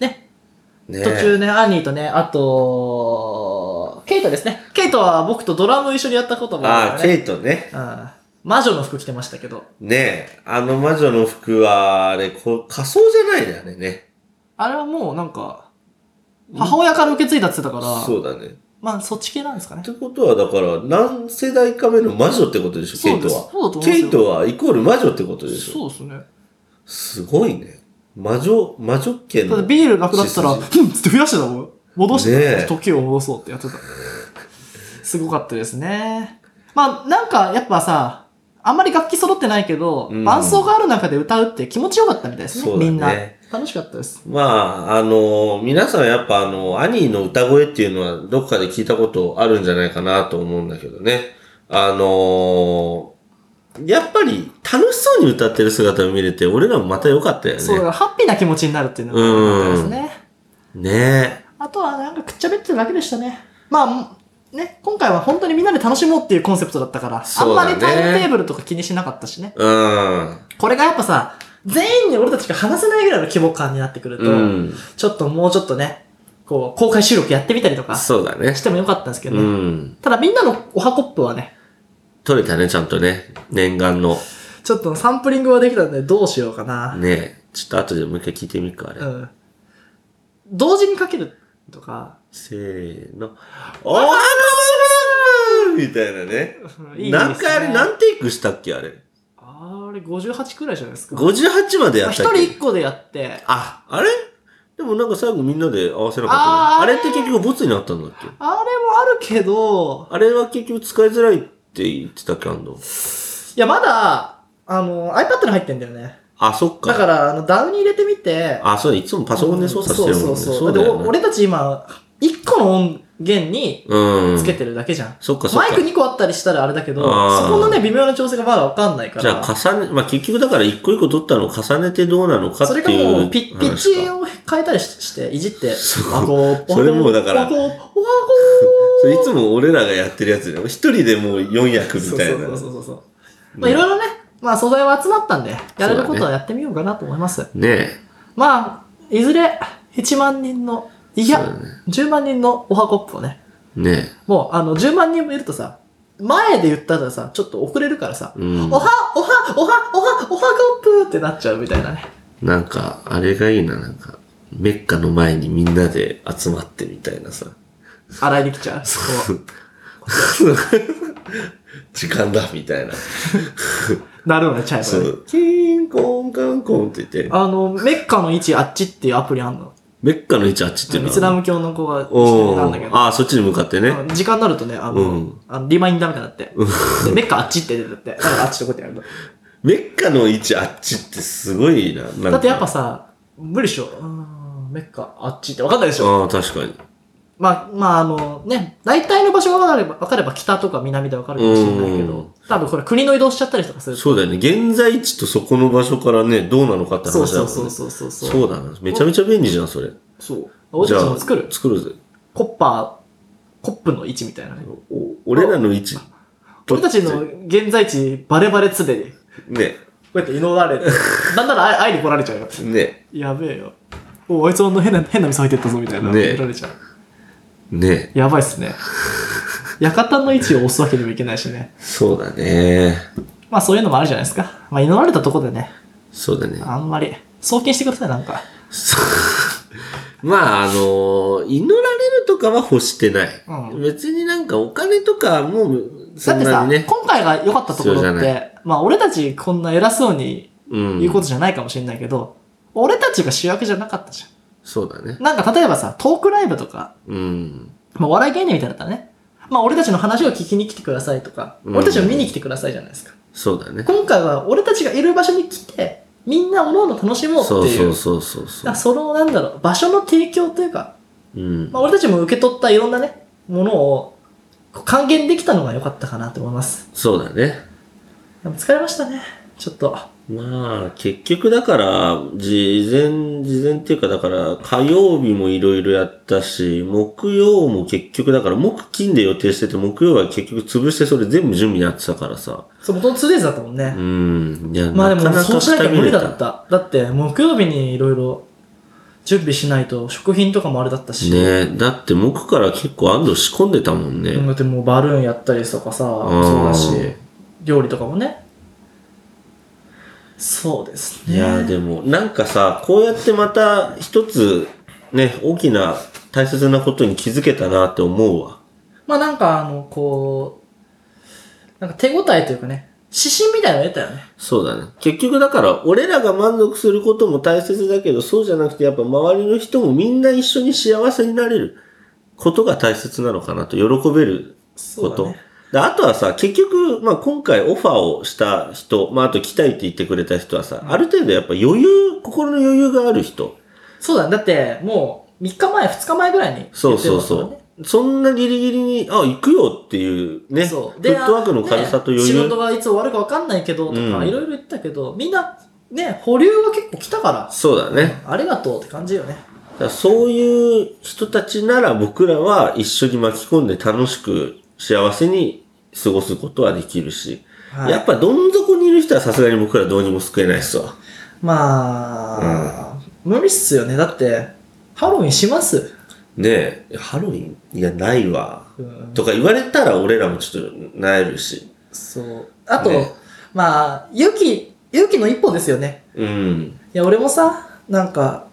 B: な。ね。
A: ね
B: 途中ね、アンニーとね、あと、ケイトですね。ケイトは僕とドラム一緒にやったことも
A: あ
B: あ
A: あ、
B: る、
A: ケ
B: ね。
A: イトね。
B: うん。魔女の服着てましたけど。
A: ねえ、あの魔女の服は、あれ、こう仮装じゃないだよね、ね。
B: あれはもうなんか、母親から受け継いだって言ってたから、
A: そうだね。
B: まあそっち系なんですかね
A: っ。てことは、だから、何世代か目の魔女ってことでしょ、ケ
B: そう
A: イト
B: です。
A: は。
B: そうだと思うんです
A: ケ
B: よ。
A: イトはイコール魔女ってことでしょ。
B: そうですね。
A: すごいね。魔女、魔女圏
B: ただ
A: の。
B: ビールなくなったら、うんっ
A: 血
B: つって増やしてたもん。戻してた、
A: ねえ
B: 時を戻そうってやってた。すごかったですね。まあ、なんかやっぱさ、あんまり楽器揃ってないけど、
A: うん
B: 伴奏がある中で歌うって気持ちよかったみたいですね、
A: そうだね
B: みんな。楽しかったです。
A: まあ、あの、皆さんやっぱあの、アニーの歌声っていうのはどっかで聞いたことあるんじゃないかなと思うんだけどね。あのやっぱり楽しそうに歌ってる姿を見れて、俺らもまた良かったよね。
B: そう、だからハッピーな気持ちになるっていうのが良かったですね。
A: ね
B: あとはなんかくっちゃべってるだけでしたね。まあ、ね、今回は本当にみんなで楽しもうっていうコンセプトだったから、あん
A: そうだ
B: ま
A: ね
B: りタイムテーブルとか気にしなかったしね。
A: え。うん。
B: これがやっぱさ、全員に俺たちが話せないぐらいの規模感になってくると、
A: うん。
B: ちょっともうちょっとね、こう、公開収録やってみたりとか
A: そうだね
B: し。てもよかったんですけど
A: う
B: ね。
A: ん。
B: ただみんなのおはこっぷはね、
A: 取れたね、ちゃんとね。念願の。
B: ちょっとサンプリングはできたんでどうしようかな。
A: ねえ。ちょっと後でもう一回聞いてみるか、あれ。
B: うん。同時にかけるとか、
A: せーの。おはこぶぶみたいなね。
B: いいですね
A: 何回あれ、何テイクしたっけ、あれ。
B: あれ58くらいじゃないですか。
A: 58までや
B: まあ
A: っ
B: 一
A: たっ
B: 人
A: け
B: 一個でやって、
A: あ、あれでもなんか最後みんなで合わせなかったの
B: あー
A: あれって結局ボツになったんだっけ
B: あれもあるけど、
A: あれは結局使いづらいって言ってたっけ、アンド。
B: いやまだ、あの、iPad に入ってんだよね。
A: あ、そっか。
B: だから、あの、ダウンに入れてみて、
A: あ、そうだいつもパソコンで操作してるもんね。
B: そうそうそう。
A: だ
B: で
A: よ
B: お
A: ね
B: 俺たち今、一個の音弦に
A: うん。
B: つけてるだけじゃん。
A: そっかそっ
B: マ
A: か。
B: イク2個あったりしたらあれだけど、
A: あー
B: そこのね、微妙な調整がまだわかんないから。
A: じゃあ重ね、まあ結局だから一個一個取ったのを重ねてどうなのかって
B: そ
A: い
B: れ
A: う
B: かもうピッ、ピッ
A: 話か
B: チを変えたりしして、いじって、
A: そう
B: あこう、
A: それもうだから
B: あこう、あこう
A: それいつも俺らがやってるやつで、一人でもう4役みたいな。
B: そうそうそうそうそう。まあいろいろね、まあ素材は集まったんで、やれることはやってみようかなと思います。
A: ねえ。
B: まあ、いずれ1万人の、い
A: そう
B: や、
A: だね
B: 10万人のおはコップをね、
A: ね
B: もうあの10万人もいるとさ、前で言ったらさ、ちょっと遅れるからさ、
A: え。うん
B: お。は、おは、おは、おは、おはコップってなっちゃうみたいなね。
A: なんか、あれがいいな、なんか、メッカの前にみんなで集まってみたいなさ。
B: 洗いに来ちゃう。こ
A: 時間だ、みたいな。
B: うなるよね、チャイムがね
A: そう。キーンコーンカンコンって言って、
B: あの、メッカの位置あっちっていうアプリあんの。
A: メッカの位置あっちっていうの
B: イスラム教の子が
A: お
B: なんだけ
A: ー
B: ど。
A: ああ、そっちに向かってね。
B: うん時間になるとね、あの、
A: うん
B: あのリマインダーみたいになって。でメッカあっちって出てって。だからあっちとこうやってやる
A: メッカの位置あっちってすごいな。なん
B: と。
A: か
B: だってやっぱさ、無理っしょ。うーん、メッカあっちって分かんないでしょ。
A: ああ、確かに。
B: まあ、まああのね、大体の場所が分かれば、分かれば北とか南で分かるかもしれないけ
A: うん
B: ど、多分これ国の移動しちゃったりとかすると。
A: そうだよね。現在地とそこの場所からね、どうなのかって話だも
B: そ
A: ん
B: う
A: ね。
B: そうそ
A: そ
B: うそうそう。
A: うそうだな。めちゃめちゃ便利じゃん、それ。
B: そう。俺たちも作る
A: 作るぜ。
B: コッパー、コップの位置みたいなね。
A: お俺らの位置。
B: 俺たちの現在地、バレバレ常に。
A: ね、
B: こうやって祈られて、 [laughs] なんなら会いに来られちゃうよ。
A: ね、
B: やべえよ。おあいつあの変な、変な店入ってったぞみたいな。
A: ねえ
B: 見られちゃう。
A: ね。
B: やばいっすね。館の位置を押すわけにもいけないしね。
A: そうだね。
B: まあそういうのもあるじゃないですか。まあ祈られたとこでね、
A: そうだね。 [laughs]
B: あんまり、送金してください、なんか。
A: そうまあ、あのー祈られるとかは欲してない。
B: うん
A: 別になんかお金とかもう、そ
B: だ
A: ん
B: って
A: な
B: さ、
A: にね。
B: 今回が良かったところ
A: 必要
B: っ
A: じゃ
B: て、まあ俺たちこんな偉そうに
A: うん
B: 言うことじゃないかもしれないけど、俺たちが主役じゃなかったじ
A: そうだね
B: ゃん。。なんか例えばさ、トークライブとか、
A: うん。
B: まあ、お笑い芸人みたいだったらね、まあ、俺たちの話を聞きに来てくださいとか、
A: うん
B: 俺たちを見に来てくださいじゃないですか。
A: そうだね。
B: 今回は俺たちがいる場所に来て、みんなおのの楽しもうっていう。
A: そうそうそうそうそ
B: だ
A: う
B: から。その、なんだろう、場所の提供というか、
A: うん
B: ま。あ、俺たちも受け取ったいろんなね、ものをこう還元できたのが良かったかなと思います。
A: そうだね。
B: でも疲れましたね。ちょっと。
A: まあ、結局だから、事前、事前っていうかだから、火曜日もいろいろやったし、木曜も結局だから、木金で予定してて、木曜は結局潰してそれ全部準備やってたからさ。
B: そう、元の 2days だったもんね
A: う。ん。いや、
B: まあでも
A: な、かな
B: そう
A: か
B: しなきゃ
A: 下
B: 無
A: 見
B: 理
A: れ
B: だった。だって、木曜日にいろいろ準備しないと、食品とかもあれだったし。
A: ねだって木から結構安藤仕込んでたもんね。
B: だってもうバルーンやったりとかさ、
A: ん
B: そうだし、料理とかもね。そうですね。
A: いやーでもなんかさこうやってまた一つね大きな大切なことに気づけたなって思うわ
B: まあなんかあの、こう、なんか手応えというかね、指針みたいなの得たよね。
A: そうだね結局だから俺らが満足することも大切だけどそうじゃなくてやっぱ周りの人もみんな一緒に幸せになれることが大切なのかなと喜べる
B: そ
A: こ
B: う
A: と、
B: だね。
A: であとはさ結局、まあ、今回オファーをした人、まあ、あと来たいって言ってくれた人はさ、
B: うん
A: ある程度やっぱ余裕心の余裕がある人
B: そうだね。だって、もう3日前、2日前ぐらいに言ってたか
A: そ
B: ら
A: う
B: ね、
A: そうそう。そんなギリギリに、あ、行くよっていうね、フ
B: そう。
A: ットワークの軽さと余
B: ね仕
A: 裕。
B: 事がいつ終わるかわかんないけど、と
A: う
B: か、
A: ん
B: いろいろ言ったけど、みんな、ね、保留が結構来たから、
A: そうだね。
B: ありがとうって感じよね。
A: だからそういう人たちなら僕らは一緒に巻き込んで楽しく幸せに過ごすことはできるし、
B: はい
A: やっぱどん底にいる人はさすがに僕らどうにも救えないっすわ。
B: まあ、無理っすよね。だって、ハロウィンします。
A: ねえ、ハロウィンいや、ないわ。
B: うん
A: とか言われたら俺らもちょっとなえるし。
B: そう。あと、
A: ね
B: まあ、勇気、勇気の一歩ですよね。
A: うん。
B: いや、俺もさ、なんか、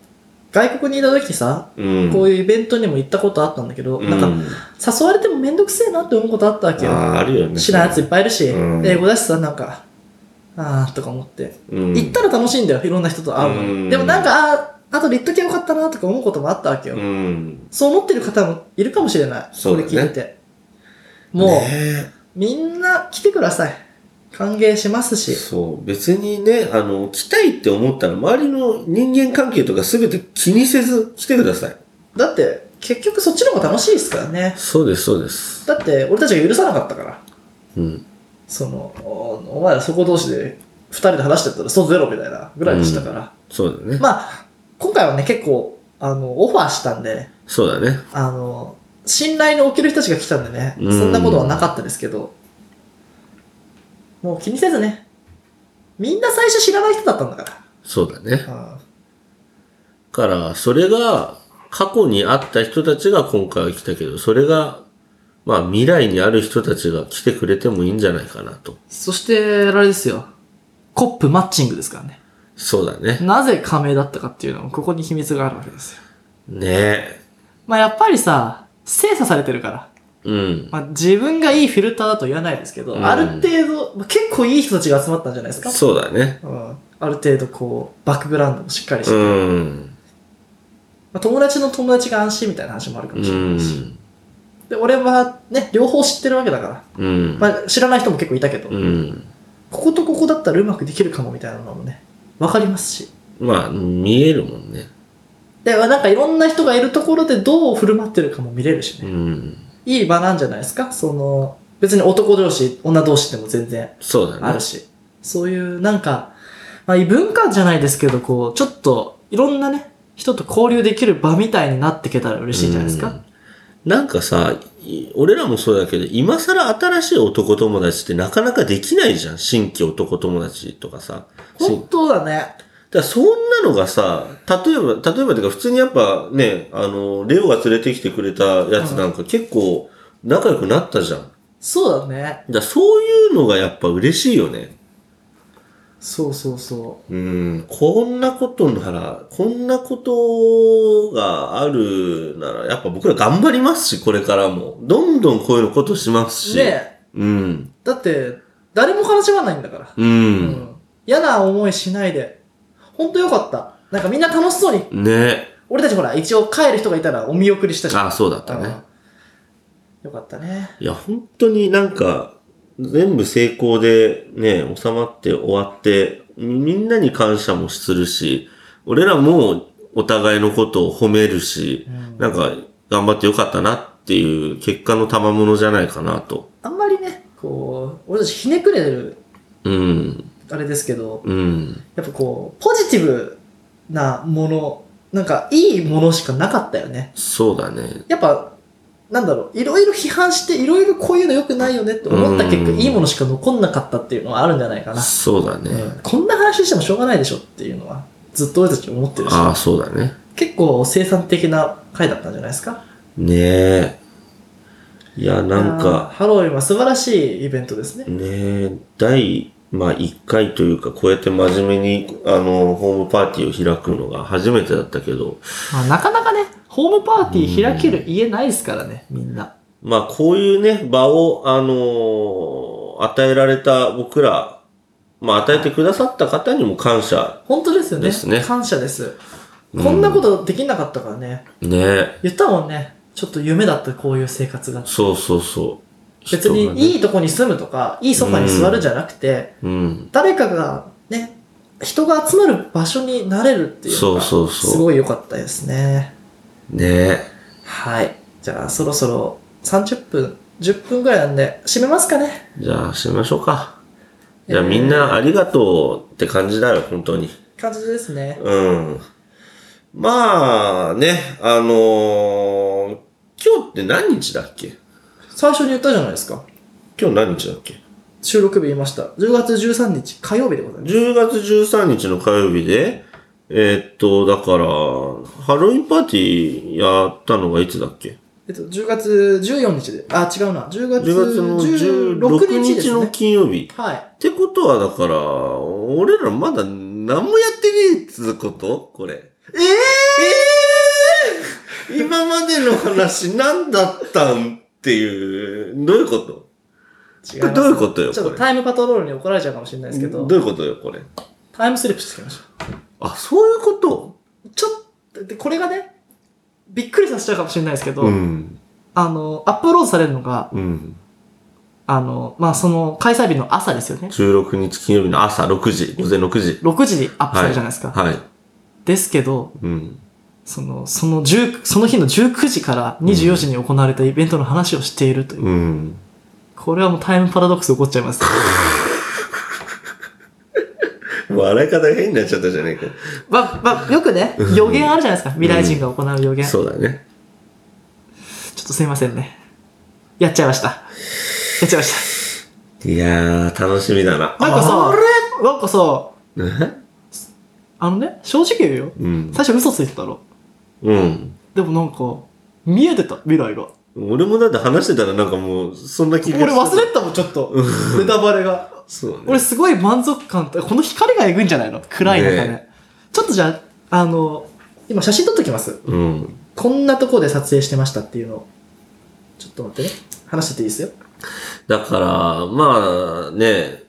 B: 外国にいた時さ、
A: うん。
B: こういうイベントにも行ったことあったんだけど、
A: うん
B: なんか、誘われてもめんどくせえなって思うことあったわけよ。
A: ああ、あるよね。
B: 知らんやついっぱいいるし、
A: うん
B: 英語だしさ、なんか、あーとか思って。
A: うん
B: 行ったら楽しいんだよ、いろんな人と会うのに
A: うん
B: でもなんか、あーあとで行っときゃよかったなとか思うこともあったわけよ。
A: うん。
B: そう思ってる方もいるかもしれない。
A: そうだね
B: これ聞いて。もう、
A: ね
B: みんな来てください。歓迎します
A: え
B: し。
A: そう、別にね、あの、来たいって思ったら、周りの人間関係とか全て気にせず来てください。
B: だって、結局そっちの方が楽しいですからね。
A: そうです、そうです。
B: だって、俺たちが許さなかったから。
A: うん。
B: その、おお前らそこ同士で、二人で話してったら、そうゼロみたいなぐらいでしたから。
A: そうだね。
B: まあ、今回はね、結構、あの、オファーしたんでね、
A: そうだね。
B: あの、信頼のおける人たちが来たんでね、
A: うん
B: そんなことはなかったですけど、もう気にせずね、みんな最初知らない人だったんだか
A: そうだね。
B: ら。
A: から、それが、過去にあった人たちが今回は来たけど、それが、まあ未来にある人たちが来てくれてもいいんじゃないかなと。
B: そして、あれですよ、コップマッチングですからね。
A: そうだね。
B: なぜ加盟だったかっていうのも、ここに秘密があるわけですよ。
A: ねえ。
B: まあやっぱりさ、精査されてるから。
A: うん。
B: まあ、自分がいいフィルターだと言わないですけど、
A: うん
B: ある程度、まあ、結構いい人たちが集まったんじゃないですか。
A: そうだね。
B: うん、ある程度こう、バックグラウンドもしっかりし
A: う
B: て、ま
A: ん。
B: あ、友達の友達が安心みたいな話もあるか
A: う
B: もしれないし。
A: ん。
B: で、俺はね、両方知ってるわけだから、
A: うん。
B: まあ、知らない人も結構いたけど、
A: うん。
B: こことここだったらうまくできるかもみたいなのもね、わかりますし。
A: まあ、見えるもんね。
B: で、なんかいろんな人がいるところでどう振る舞ってるかも見れるし
A: う
B: ね。
A: ん。
B: いい場なんじゃないですかその、別に男同士、女同士でも全然
A: そうだね。
B: あるし、そういうなんか、まあ、異文化じゃないですけど、こう、ちょっといろんなね、人と交流できる場みたいになってけたら嬉しいんじゃないです
A: うん
B: か。
A: なんかさ、い俺らもそうだけど、今更新しい男友達ってなかなかできないじゃん。新規男友達とかさ。新
B: 本当だね。
A: だからそんなのがさ、例えば、例えばっていうか普通にやっぱね、あの、レオが連れてきてくれたやつなんか結構仲良くなったじゃん。だか
B: そうだね。
A: らそういうのがやっぱ嬉しいよね。
B: そうそうそ
A: うん、こんなことなら、こんなことがあるなら、やっぱ僕ら頑張りますし、これからも。どんどんこういうことします
B: う。
A: し。
B: ねえ
A: うん。
B: だって、誰も悲しまないんだから。
A: う。
B: うん嫌な思いしないで。本当よかった。なんかみんな楽しそうに。
A: ね
B: 俺たちほら、一応帰る人がいたらお見送りしたし。
A: あ、そうだった
B: う
A: ね
B: ん。よかったね。
A: いや、本当になんか、全部成功でね、収まって終わって、みみんなに感謝もするし、俺らもお互いのことを褒めるし、
B: うん
A: なんか、頑張ってよかったなっていう結果の賜物じゃないかなと。
B: あんまりね、こう、俺たちひねくれてる、
A: うん。
B: あれですけど、
A: うん。
B: やっぱこう、ポジティブなもの、なんかいいものしかなかったよね。
A: そうだね。
B: やっぱ、なんだろう、いろいろ批判して、いろいろこういうの良くないよねって思った結果、
A: うん
B: いいものしか残んなかったっていうのはあるんじゃないかな。
A: そうだね。
B: うんこんな話してもしょうがないでしょっていうのは、ずっと俺たち思ってるし、
A: ああ、そうだね。
B: 結構生産的な回だったんじゃないですか。
A: ねえ。いや、なん
B: いやー
A: か、
B: ハロウィンは素晴らしいイベントですね。
A: ねえ、第、まあ、1回というか、こうやって真面目に、あの、ホームパーティーを開くのが初めてだったけど、
B: まあ、なかなかね、ホームパーティー開ける家ないですからね、みんな。
A: まあ、こういうね、場を、あの与えられた僕ら、まあ、与えてくださった方にも感謝。
B: 本当ですよね。
A: ですね
B: 感謝です。
A: うん
B: こんなことできなかったからね。
A: ねえ、
B: 言ったもんね。ちょっと夢だったこういう生活が。
A: そうそうそう。
B: 別
A: 人がね
B: にいいとこに住むとか、いいソファに座るじゃなくて、
A: うん。
B: 誰かがね、人が集まる場所になれるっていうのが、
A: そうそうそう
B: すごい良かったですね。
A: ねえ。
B: はい。じゃあそろそろ30分、10分ぐらいなんで、閉めますかね。
A: じゃあ、しましょうか。じゃあ、
B: えー
A: みんなありがとうって感じだよ、本当に。
B: 感じですね。
A: うん。まあね、あのー今日って何日だっけ
B: 最初に言ったじゃないですか。
A: 今日何日だっけ
B: 収録日言いました。10月13日火曜日でございます。
A: ?10 月13日の火曜日で、えーっと、だから、ハロウィンパーティーやったのがいつだっけ
B: えっと、10月14日で、あ、違うな。10
A: ?10
B: 月
A: 月の
B: 16
A: 16
B: 日で
A: 日
B: す
A: の
B: ね。
A: 金曜日。
B: はい。
A: ってことは、だから、俺らまだ何もやってねえっつうことこれ。
B: ええ
A: 今までの話何だったんっていう、どういうこと
B: 違
A: これどういうことよ
B: ちょっ
A: ことれ
B: タイムパトロールに怒られちゃうかもしれないですけど
A: どう、いうことよ、これ。
B: タイムスリップしてきまし
A: あ、そういうこと
B: た。ちょっと、で、これがね、びっくりさせちゃうかもしれないですけど、
A: ん。
B: あの、アップロードされるのが、
A: うん。
B: あの、まあ、その、開催日の朝ですよね。
A: 16日金曜日の朝6時、午前6時。
B: 6時にアップされるじゃないですか。
A: はい。
B: ですけど、
A: うん。
B: その、その19その日の19時から24時に行われたイベントの話をしているという。
A: うん。
B: これはもうタイムパラドックス起こっちゃいます。
A: 笑い方変になっちゃったじゃないか。
B: まあ、まあ、よくね、予言あるじゃないですか。未来人が行う予言。ちょ
A: そうだね。
B: っとすいませんね。やっちゃいました。やっちゃいまし
A: いやー、楽しみだな。
B: た。なんかさ、なんかさ、
A: え
B: あのね、正直言うよ。
A: うん。
B: 最初嘘ついてたろ。
A: うん。
B: でもなんか、見えてた、未来が。
A: 俺もだって話してたらなんかもう、そんな気が
B: 俺忘れてたもん、ちょっと。ネタバレが。
A: そうね。
B: 俺すごい満足感と、この光がえぐいんじゃないの暗い中ね
A: ね
B: ちょっとじゃあ、あの、今写真撮っときます。
A: うん。
B: こんなとこで撮影してましたっていうのを。ちょっと待ってね。話してていいですよ。
A: だから、まあね、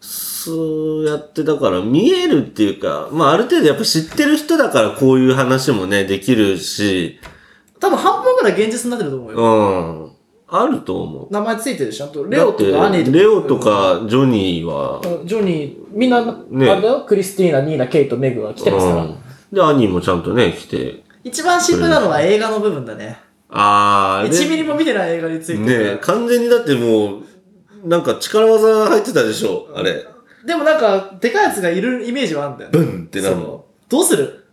A: そうやってだから見えるっていうか、まあある程度やっぱ知ってる人だからこういう話もね、できるし、
B: 多分半分ぐらい現実になってると思うよ。
A: うん。あると思う。
B: 名前ついてるし、ちゃんとレオとかアニー
A: だっ
B: と
A: て
B: か。
A: レオとかジョニーは、
B: うん。ジョニー、みんな、
A: ね
B: あれだよ。クリスティーナ、ニーナ、ケイト、メグが来てますから。
A: うんで、アニーもちゃんとね、来て。
B: 一番心配なのは映画の部分だね。
A: あー、
B: 1ミリも見てない映画についてるから
A: ね完全にだってもう、なんか力技入ってたでしょ、あれ。
B: でもなんか、でかいやつがいるイメージはあんだよね。
A: ブンってなるの。
B: そうどうする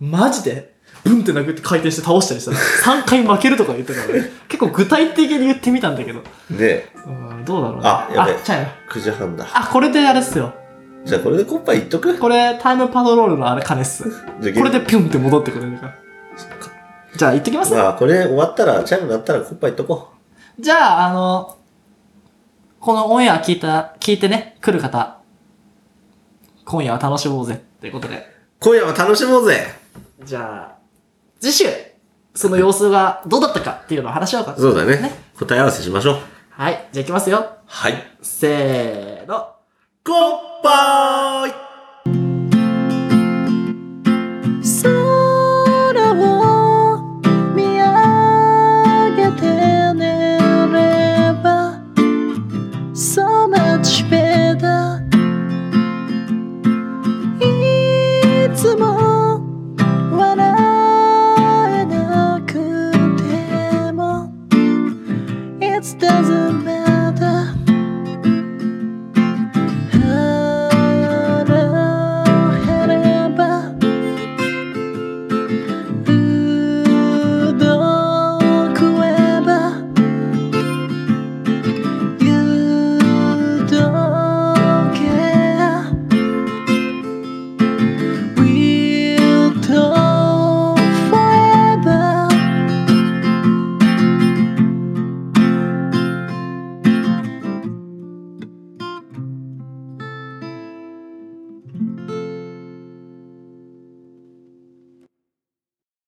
B: マジでブンって殴って回転して倒し
A: [laughs]
B: たりしたら、3回負けるとか言ってたから、ね、結構具体的に言ってみたんだけど。
A: ね
B: うん、どうだろうね、
A: あやべえ
B: ちゃうよ
A: 9時半だ。
B: あ、これであれっすよ。
A: じゃあこれでコッパいっとく
B: これ、タイムパトロールのあれ金っす。
A: じゃあ
B: これでピュンって戻ってくれるから。じゃあ、行ってきます、
A: まあ、これ終わったら、チャイム鳴ったらコッパいっとこ
B: じゃあ、あの、このオンエア聞いた、聞いてね、来る方、今夜は楽しもうぜ、ということで。
A: う。今夜は楽しもうぜ
B: じゃあ、次週、その様子がどうだったかっていうのを話し合おうか。
A: そうだね。答え合わせしましょう。
B: はい、じゃあ行きますよ。
A: はい。
B: せーの。
A: コッパーイ